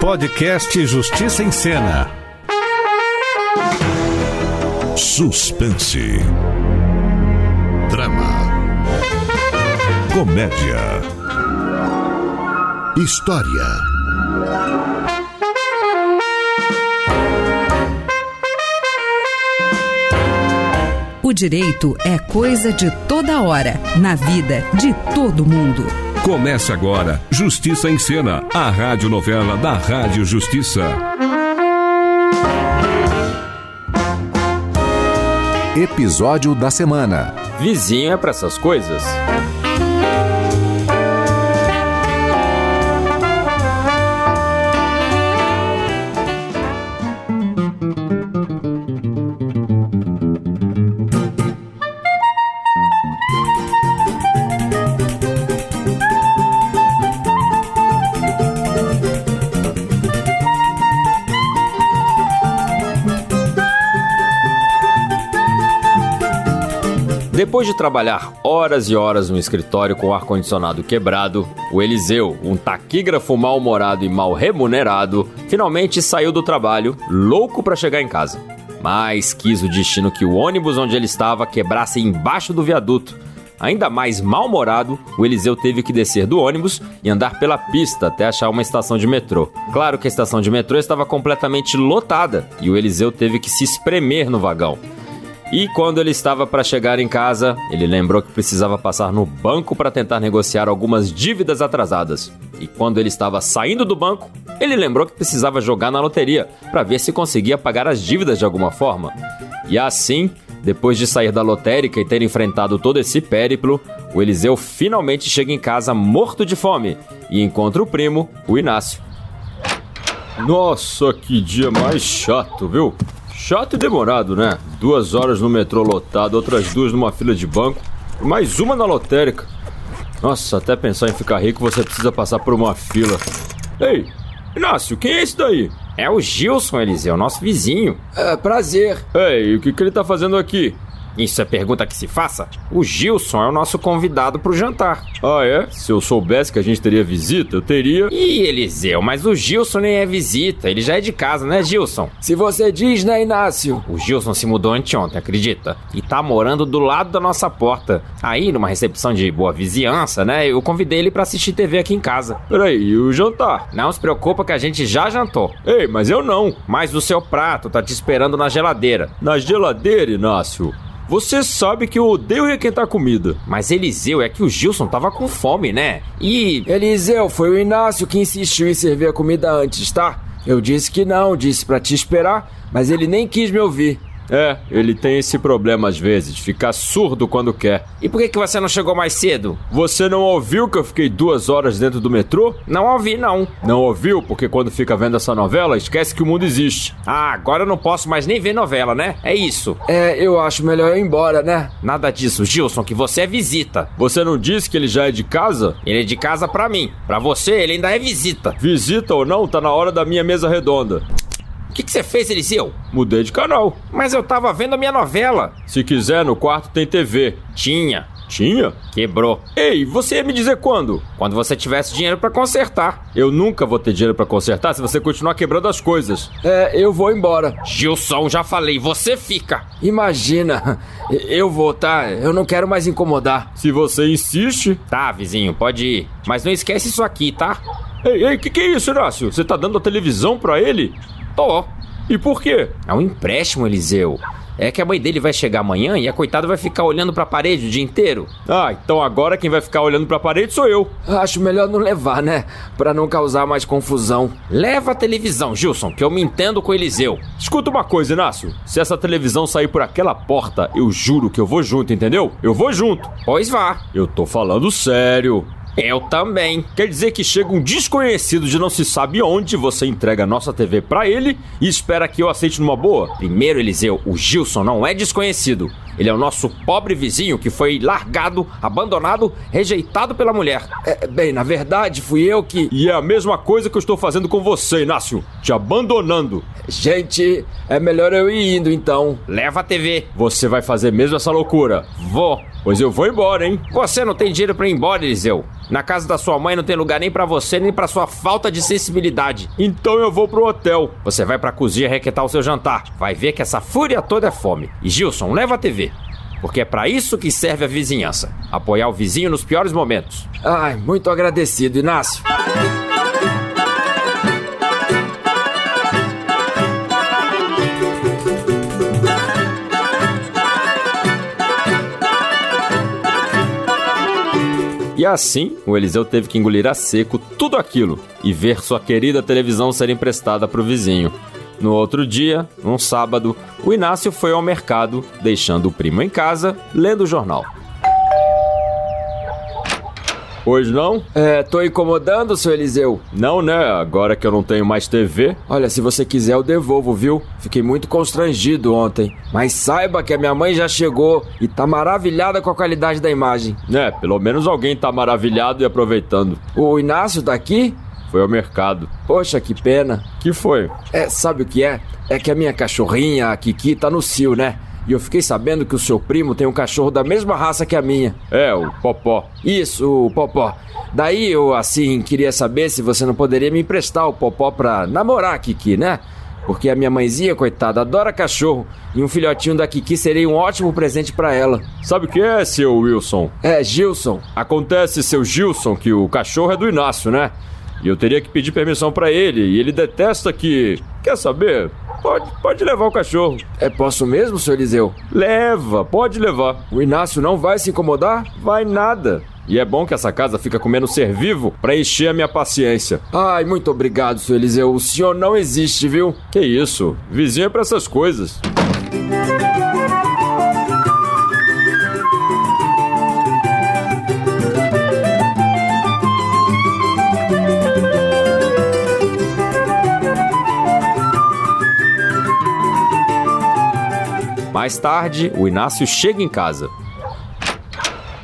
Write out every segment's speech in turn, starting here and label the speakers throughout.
Speaker 1: Podcast Justiça em Cena.
Speaker 2: Suspense. Drama. Comédia. História.
Speaker 3: O direito é coisa de toda hora, na vida de todo mundo.
Speaker 4: Começa agora Justiça em Cena, a radionovela da Rádio Justiça.
Speaker 5: Episódio da semana.
Speaker 6: Vizinho é pra essas coisas. Depois de trabalhar horas e horas no escritório com o ar-condicionado quebrado, o Eliseu, um taquígrafo mal-humorado e mal remunerado, finalmente saiu do trabalho, louco para chegar em casa. Mas quis o destino que o ônibus onde ele estava quebrasse embaixo do viaduto. Ainda mais mal-humorado, o Eliseu teve que descer do ônibus e andar pela pista até achar uma estação de metrô. Claro que a estação de metrô estava completamente lotada e o Eliseu teve que se espremer no vagão. E quando ele estava para chegar em casa, ele lembrou que precisava passar no banco para tentar negociar algumas dívidas atrasadas. E quando ele estava saindo do banco, ele lembrou que precisava jogar na loteria para ver se conseguia pagar as dívidas de alguma forma. E assim, depois de sair da lotérica e ter enfrentado todo esse périplo, o Eliseu finalmente chega em casa morto de fome e encontra o primo, o Inácio. Nossa, que dia mais chato, viu? Chato e demorado, né? Duas horas no metrô lotado, outras duas numa fila de banco, e mais uma na lotérica. Nossa, até pensar em ficar rico você precisa passar por uma fila. Ei, Inácio, quem é esse daí? É o Gilson, Eliseu, nosso vizinho. É, prazer. Ei, o que, que ele tá fazendo aqui? Isso é pergunta que se faça? O Gilson é o nosso convidado pro jantar. Ah, é? Se eu soubesse que a gente teria visita, eu teria. Ih, Eliseu, mas o Gilson nem é visita, ele já é de casa, né, Gilson? Se você diz, né, Inácio? O Gilson se mudou anteontem, acredita? E tá morando do lado da nossa porta. Aí, numa recepção de boa vizinhança, né, eu convidei ele pra assistir TV aqui em casa. Peraí, e o jantar? Não se preocupa que a gente já jantou. Ei, mas eu não. Mas o seu prato tá te esperando na geladeira. Na geladeira, Inácio? Você sabe que eu odeio requentar comida. Mas Eliseu, é que o Gilson tava com fome, né? E. Eliseu, foi o Inácio que insistiu em servir a comida antes, tá? Eu disse que não, disse para te esperar, mas ele nem quis me ouvir. É, ele tem esse problema às vezes, ficar surdo quando quer. E por que, que você não chegou mais cedo? Você não ouviu que eu fiquei duas horas dentro do metrô? Não ouvi, não. Não ouviu? Porque quando fica vendo essa novela, esquece que o mundo existe. Ah, agora eu não posso mais nem ver novela, né? É isso. É, eu acho melhor eu ir embora, né? Nada disso, Gilson, que você é visita. Você não disse que ele já é de casa? Ele é de casa pra mim. Pra você, ele ainda é visita. Visita ou não, tá na hora da minha mesa redonda. O que, que você fez, Eliseu? Mudei de canal. Mas eu tava vendo a minha novela. Se quiser, no quarto tem TV. Tinha. Tinha? Quebrou. Ei, você ia me dizer quando? Quando você tivesse dinheiro para consertar. Eu nunca vou ter dinheiro para consertar se você continuar quebrando as coisas. É, eu vou embora. Gilson, já falei, você fica. Imagina, eu vou, tá? Eu não quero mais incomodar. Se você insiste. Tá, vizinho, pode ir. Mas não esquece isso aqui, tá? Ei, ei, que que é isso, Inácio? Você tá dando a televisão pra ele? Tô. E por quê? É um empréstimo, Eliseu. É que a mãe dele vai chegar amanhã e a coitada vai ficar olhando pra parede o dia inteiro. Ah, então agora quem vai ficar olhando pra parede sou eu. Acho melhor não levar, né? Pra não causar mais confusão. Leva a televisão, Gilson, que eu me entendo com o Eliseu. Escuta uma coisa, Inácio. Se essa televisão sair por aquela porta, eu juro que eu vou junto, entendeu? Eu vou junto. Pois vá. Eu tô falando sério. Eu também. Quer dizer que chega um desconhecido de não se sabe onde, você entrega a nossa TV pra ele e espera que eu aceite numa boa? Primeiro, Eliseu, o Gilson não é desconhecido. Ele é o nosso pobre vizinho que foi largado, abandonado, rejeitado pela mulher. É, bem, na verdade, fui eu que. E é a mesma coisa que eu estou fazendo com você, Inácio. Te abandonando. Gente, é melhor eu ir indo então. Leva a TV. Você vai fazer mesmo essa loucura? Vou. Pois eu vou embora, hein? Você não tem dinheiro para ir embora, Eliseu. Na casa da sua mãe não tem lugar nem pra você, nem pra sua falta de sensibilidade. Então eu vou pro hotel. Você vai pra cozinha requentar o seu jantar. Vai ver que essa fúria toda é fome. E Gilson, leva a TV. Porque é pra isso que serve a vizinhança. Apoiar o vizinho nos piores momentos. Ai, muito agradecido, Inácio. E assim, o Eliseu teve que engolir a seco tudo aquilo e ver sua querida televisão ser emprestada para o vizinho. No outro dia, num sábado, o Inácio foi ao mercado, deixando o primo em casa, lendo o jornal. Hoje não? É, tô incomodando, seu Eliseu. Não, né? Agora que eu não tenho mais TV. Olha, se você quiser eu devolvo, viu? Fiquei muito constrangido ontem. Mas saiba que a minha mãe já chegou e tá maravilhada com a qualidade da imagem. É, pelo menos alguém tá maravilhado e aproveitando. O Inácio tá aqui? Foi ao mercado. Poxa, que pena. Que foi? É, sabe o que é? É que a minha cachorrinha, a Kiki, tá no cio, né? E eu fiquei sabendo que o seu primo tem um cachorro da mesma raça que a minha. É, o Popó. Isso, o Popó. Daí eu, assim, queria saber se você não poderia me emprestar o Popó pra namorar a Kiki, né? Porque a minha mãezinha, coitada, adora cachorro. E um filhotinho da Kiki seria um ótimo presente pra ela. Sabe o que é, seu Wilson? É, Gilson. Acontece, seu Gilson, que o cachorro é do Inácio, né? E eu teria que pedir permissão pra ele. E ele detesta que. Quer saber? Pode, pode levar o cachorro. É, posso mesmo, senhor Eliseu? Leva, pode levar. O Inácio não vai se incomodar? Vai nada. E é bom que essa casa fica comendo ser vivo pra encher a minha paciência. Ai, muito obrigado, senhor Eliseu. O senhor não existe, viu? Que isso? Vizinho é pra essas coisas. Mais tarde, o Inácio chega em casa.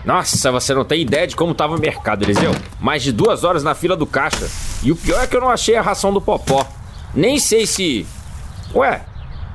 Speaker 6: Nossa, você não tem ideia de como tava o mercado, Eliseu. Mais de duas horas na fila do caixa. E o pior é que eu não achei a ração do Popó. Nem sei se. Ué,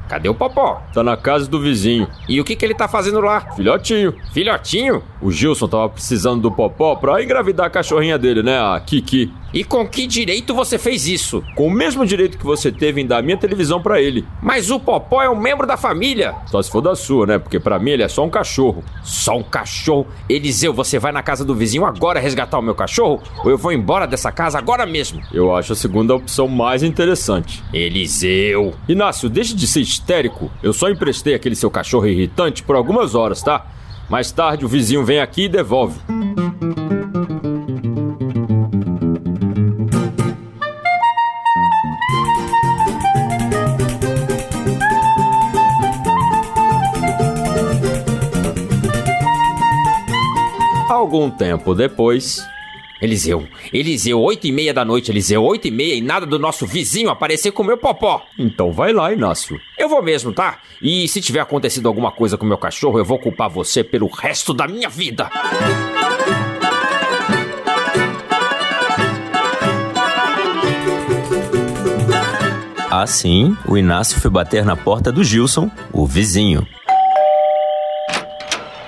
Speaker 6: cadê o Popó? Tá na casa do vizinho. E o que, que ele tá fazendo lá? Filhotinho. Filhotinho? O Gilson tava precisando do Popó pra engravidar a cachorrinha dele, né? A Kiki. E com que direito você fez isso? Com o mesmo direito que você teve em dar minha televisão pra ele. Mas o Popó é um membro da família. Só se for da sua, né? Porque pra mim ele é só um cachorro. Só um cachorro? Eliseu, você vai na casa do vizinho agora resgatar o meu cachorro? Ou eu vou embora dessa casa agora mesmo? Eu acho a segunda opção mais interessante. Eliseu. Inácio, deixe de ser histérico. Eu só emprestei aquele seu cachorro irritante por algumas horas, tá? Mais tarde o vizinho vem aqui e devolve. Algum tempo depois. Eliseu, Eliseu, oito e meia da noite, Eliseu, oito e meia e nada do nosso vizinho aparecer com o meu popó. Então vai lá, Inácio. Eu vou mesmo, tá? E se tiver acontecido alguma coisa com o meu cachorro, eu vou culpar você pelo resto da minha vida.
Speaker 7: Assim, o Inácio foi bater na porta do Gilson, o vizinho.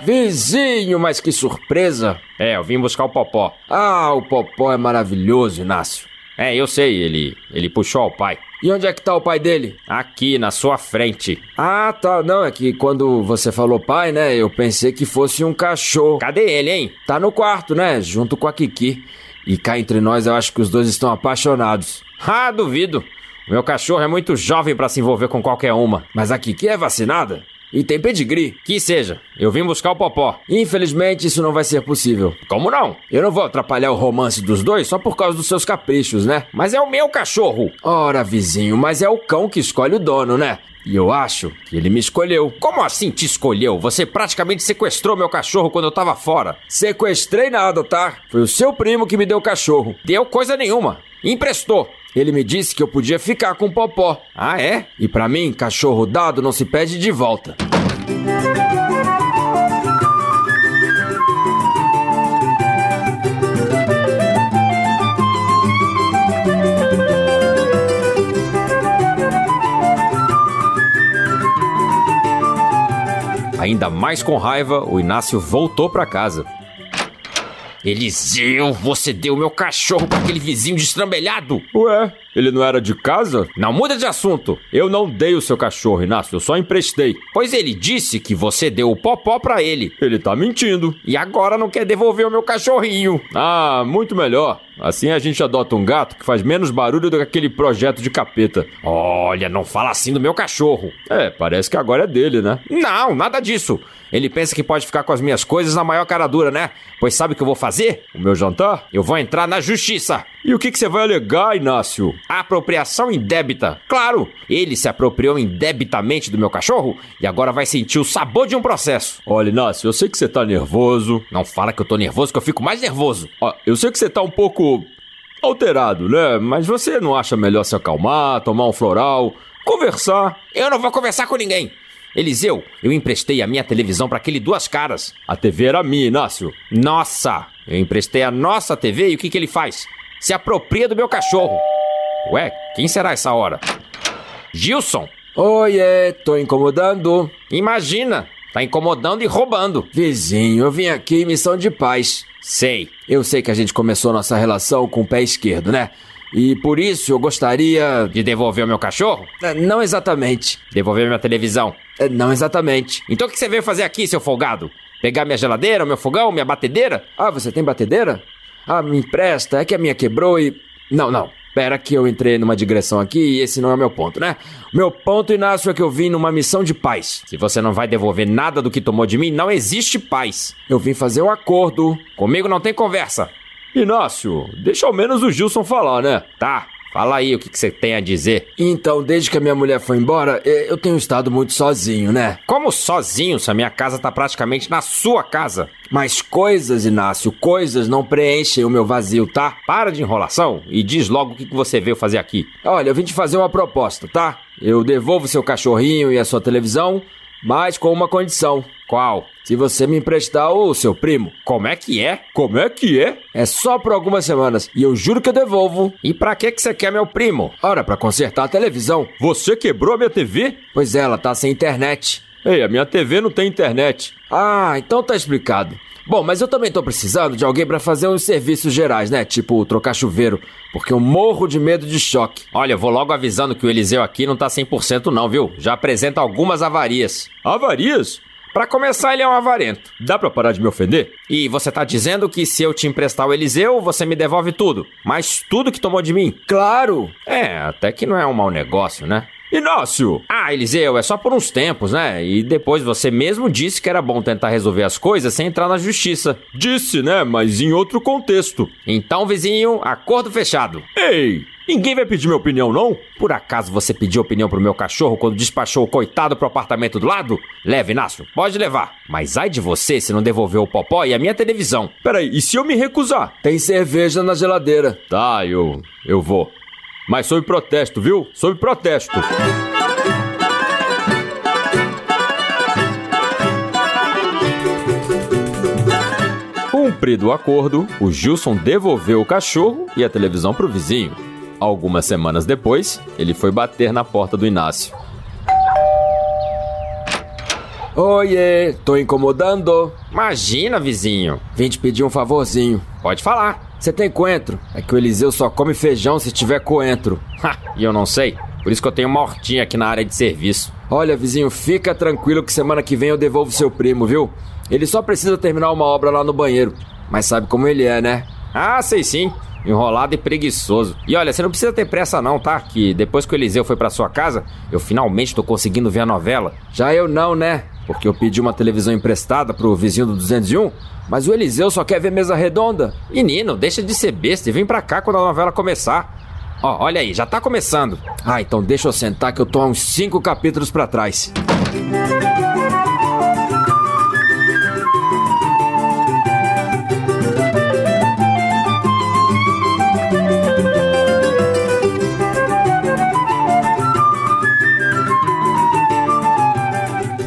Speaker 6: Vizinho, mas que surpresa! É, eu vim buscar o Popó. Ah, o Popó é maravilhoso, Inácio. É, eu sei, ele ele puxou o pai. E onde é que tá o pai dele? Aqui, na sua frente. Ah, tá. Não, é que quando você falou pai, né, eu pensei que fosse um cachorro. Cadê ele, hein? Tá no quarto, né, junto com a Kiki. E cá entre nós, eu acho que os dois estão apaixonados. Ah, duvido. O meu cachorro é muito jovem pra se envolver com qualquer uma. Mas a Kiki é vacinada? E tem pedigree. Que seja, eu vim buscar o Popó. Infelizmente, isso não vai ser possível. Como não? Eu não vou atrapalhar o romance dos dois só por causa dos seus caprichos, né? Mas é o meu cachorro. Ora, vizinho, mas é o cão que escolhe o dono, né? E eu acho que ele me escolheu. Como assim te escolheu? Você praticamente sequestrou meu cachorro quando eu tava fora. Sequestrei nada, tá? Foi o seu primo que me deu o cachorro. Deu coisa nenhuma. Emprestou. Ele me disse que eu podia ficar com o Popó. Ah, é? E pra mim, cachorro dado não se pede de volta. Ainda mais com raiva, o Inácio voltou pra casa. Eliseu, você deu meu cachorro pra aquele vizinho destrambelhado!
Speaker 8: Ué, ele não era de casa?
Speaker 6: Não muda de assunto!
Speaker 8: Eu não dei o seu cachorro, Inácio, eu só emprestei.
Speaker 6: Pois ele disse que você deu o popó pra ele.
Speaker 8: Ele tá mentindo.
Speaker 6: E agora não quer devolver o meu cachorrinho.
Speaker 8: Ah, muito melhor. Assim a gente adota um gato que faz menos barulho do que aquele projeto de capeta.
Speaker 6: Olha, não fala assim do meu cachorro.
Speaker 8: É, parece que agora é dele, né?
Speaker 6: Não, nada disso. Ele pensa que pode ficar com as minhas coisas na maior cara dura, né? Pois sabe o que eu vou fazer?
Speaker 8: O meu jantar?
Speaker 6: Eu vou entrar na justiça.
Speaker 8: E o que, que você vai alegar, Inácio?
Speaker 6: Apropriação indébita. Claro, ele se apropriou indebitamente do meu cachorro e agora vai sentir o sabor de um processo.
Speaker 8: Olha, Inácio, eu sei que você tá nervoso.
Speaker 6: Não fala que eu tô nervoso, que eu fico mais nervoso.
Speaker 8: Ó, eu sei que você tá um pouco alterado, né? Mas você não acha melhor se acalmar, tomar um floral, conversar?
Speaker 6: Eu não vou conversar com ninguém. Eliseu, eu emprestei a minha televisão para aquele duas caras.
Speaker 8: A TV era minha, Inácio.
Speaker 6: Nossa! Eu emprestei a nossa TV e o que, que ele faz? Se apropria do meu cachorro. Ué, quem será essa hora? Gilson!
Speaker 9: Oi, é, tô incomodando.
Speaker 6: Imagina, tá incomodando e roubando.
Speaker 9: Vizinho, eu vim aqui em missão de paz.
Speaker 6: Sei.
Speaker 9: Eu sei que a gente começou nossa relação com o pé esquerdo, né? E por isso eu gostaria. É,
Speaker 6: De devolver o meu cachorro?
Speaker 9: Não exatamente. É,
Speaker 6: Devolver minha televisão?
Speaker 9: Não exatamente.
Speaker 6: Então o que você veio fazer aqui, seu folgado? Pegar minha geladeira, meu fogão, minha batedeira?
Speaker 9: Ah, você tem batedeira? Ah, me empresta, é que a minha quebrou e. Não, não. Pera que eu entrei numa digressão aqui e esse não é o meu ponto, né? Meu ponto, Inácio, é que eu vim numa missão de paz.
Speaker 6: Se você não vai devolver nada do que tomou de mim, não existe paz.
Speaker 9: Eu vim fazer um acordo.
Speaker 6: Comigo não tem conversa.
Speaker 8: Inácio, deixa ao menos o Gilson falar, né?
Speaker 6: Tá, Fala aí o que, você tem a dizer.
Speaker 9: Então, desde que a minha mulher foi embora, eh, eu tenho estado muito sozinho, né?
Speaker 6: Como sozinho se a minha casa tá praticamente na sua casa?
Speaker 9: Mas coisas, Inácio, coisas não preenchem o meu vazio, tá?
Speaker 6: Para de enrolação e diz logo o que, que você veio fazer aqui.
Speaker 9: Olha, eu vim te fazer uma proposta, tá? Eu devolvo seu cachorrinho e a sua televisão, mas com uma condição.
Speaker 6: Qual?
Speaker 9: Se você me emprestar o seu primo.
Speaker 6: Como é que é?
Speaker 8: Como é que é?
Speaker 9: É só por algumas semanas e eu juro que eu devolvo.
Speaker 6: E pra que que você quer meu primo?
Speaker 9: Ora, para consertar a televisão.
Speaker 8: Você quebrou a minha TV?
Speaker 9: Pois é, ela tá sem internet.
Speaker 8: Ei, a minha TV não tem internet.
Speaker 9: Ah, então tá explicado. Bom, mas eu também tô precisando de alguém para fazer uns serviços gerais, né? Tipo trocar chuveiro, porque eu morro de medo de choque.
Speaker 6: Olha, eu vou logo avisando que o Eliseu aqui não tá 100% não, viu? Já apresenta algumas avarias.
Speaker 8: Avarias?
Speaker 6: Para começar, ele é um avarento.
Speaker 8: Dá para parar de me ofender?
Speaker 6: E você tá dizendo que se eu te emprestar o Eliseu, você me devolve tudo, mas tudo que tomou de mim?
Speaker 9: Claro!
Speaker 6: É, até que não é um mau negócio, né?
Speaker 8: Inácio!
Speaker 6: Ah, Eliseu, é só por uns tempos, né? E depois você mesmo disse que era bom tentar resolver as coisas sem entrar na justiça.
Speaker 8: Disse, né? Mas em outro contexto.
Speaker 6: Então, vizinho, acordo fechado.
Speaker 8: Ei, Ninguém vai pedir minha opinião, não?
Speaker 6: Por acaso você pediu opinião pro meu cachorro quando despachou o coitado pro apartamento do lado? Leve, Inácio, pode levar. Mas ai de você se não devolveu o popó e a minha televisão.
Speaker 8: Peraí, e se eu me recusar?
Speaker 9: Tem cerveja na geladeira.
Speaker 8: Tá, eu. eu vou. Mas sob protesto, viu? Sob protesto. Cumprido o acordo, o Gilson devolveu o cachorro e a televisão pro vizinho. Algumas semanas depois, ele foi bater na porta do Inácio.
Speaker 9: Oiê, tô incomodando.
Speaker 6: Imagina, vizinho.
Speaker 9: Vim te pedir um favorzinho.
Speaker 6: Pode falar.
Speaker 9: Você tem coentro? É que o Eliseu só come feijão se tiver coentro.
Speaker 6: Ha, e eu não sei. Por isso que eu tenho uma hortinha aqui na área de serviço.
Speaker 9: Olha, vizinho, fica tranquilo que semana que vem eu devolvo seu primo, viu? Ele só precisa terminar uma obra lá no banheiro. Mas sabe como ele é, né?
Speaker 6: Ah, sei sim enrolado e preguiçoso. E olha, você não precisa ter pressa não, tá? Que depois que o Eliseu foi para sua casa, eu finalmente tô conseguindo ver a novela.
Speaker 9: Já eu não, né? Porque eu pedi uma televisão emprestada pro vizinho do 201, mas o Eliseu só quer ver mesa redonda.
Speaker 6: Menino, deixa de ser besta e vem pra cá quando a novela começar. Ó, olha aí, já tá começando.
Speaker 9: Ah, então deixa eu sentar que eu tô há uns cinco capítulos para trás.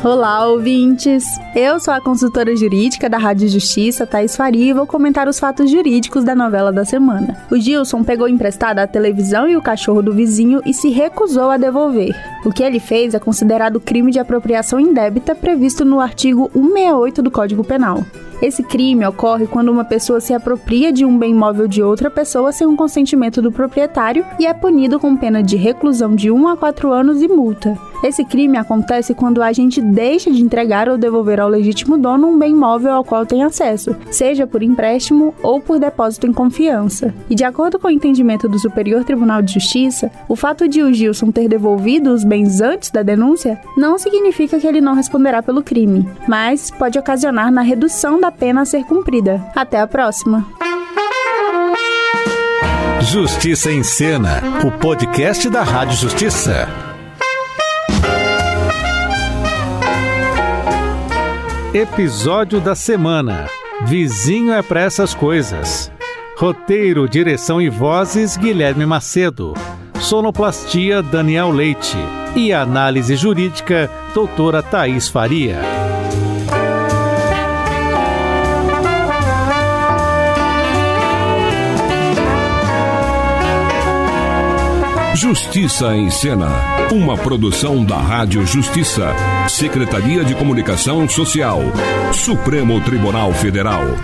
Speaker 10: Olá, ouvintes! Eu sou a consultora jurídica da Rádio Justiça, Thais Faria, e vou comentar os fatos jurídicos da novela da semana. O Gilson pegou emprestada a televisão e o cachorro do vizinho e se recusou a devolver. O que ele fez é considerado crime de apropriação indébita previsto no artigo 168 do Código Penal. Esse crime ocorre quando uma pessoa se apropria de um bem móvel de outra pessoa sem o consentimento do proprietário e é punido com pena de reclusão de 1 a 4 anos e multa. Esse crime acontece quando o agente deixa de entregar ou devolver ao legítimo dono um bem móvel ao qual tem acesso, seja por empréstimo ou por depósito em confiança. E de acordo com o entendimento do Superior Tribunal de Justiça, o fato de o Gilson ter devolvido os bens antes da denúncia não significa que ele não responderá pelo crime, mas pode ocasionar na redução da pena a ser cumprida. Até a próxima!
Speaker 1: Justiça em Cena, o podcast da Rádio Justiça. Episódio da semana: Vizinho é pra essas coisas. Roteiro, direção e vozes: Guilherme Macedo. Sonoplastia: Daniel Leite. E análise jurídica: Doutora Thaís Faria.
Speaker 4: Justiça em Cena. Uma produção da Rádio Justiça. Secretaria de Comunicação Social. Supremo Tribunal Federal.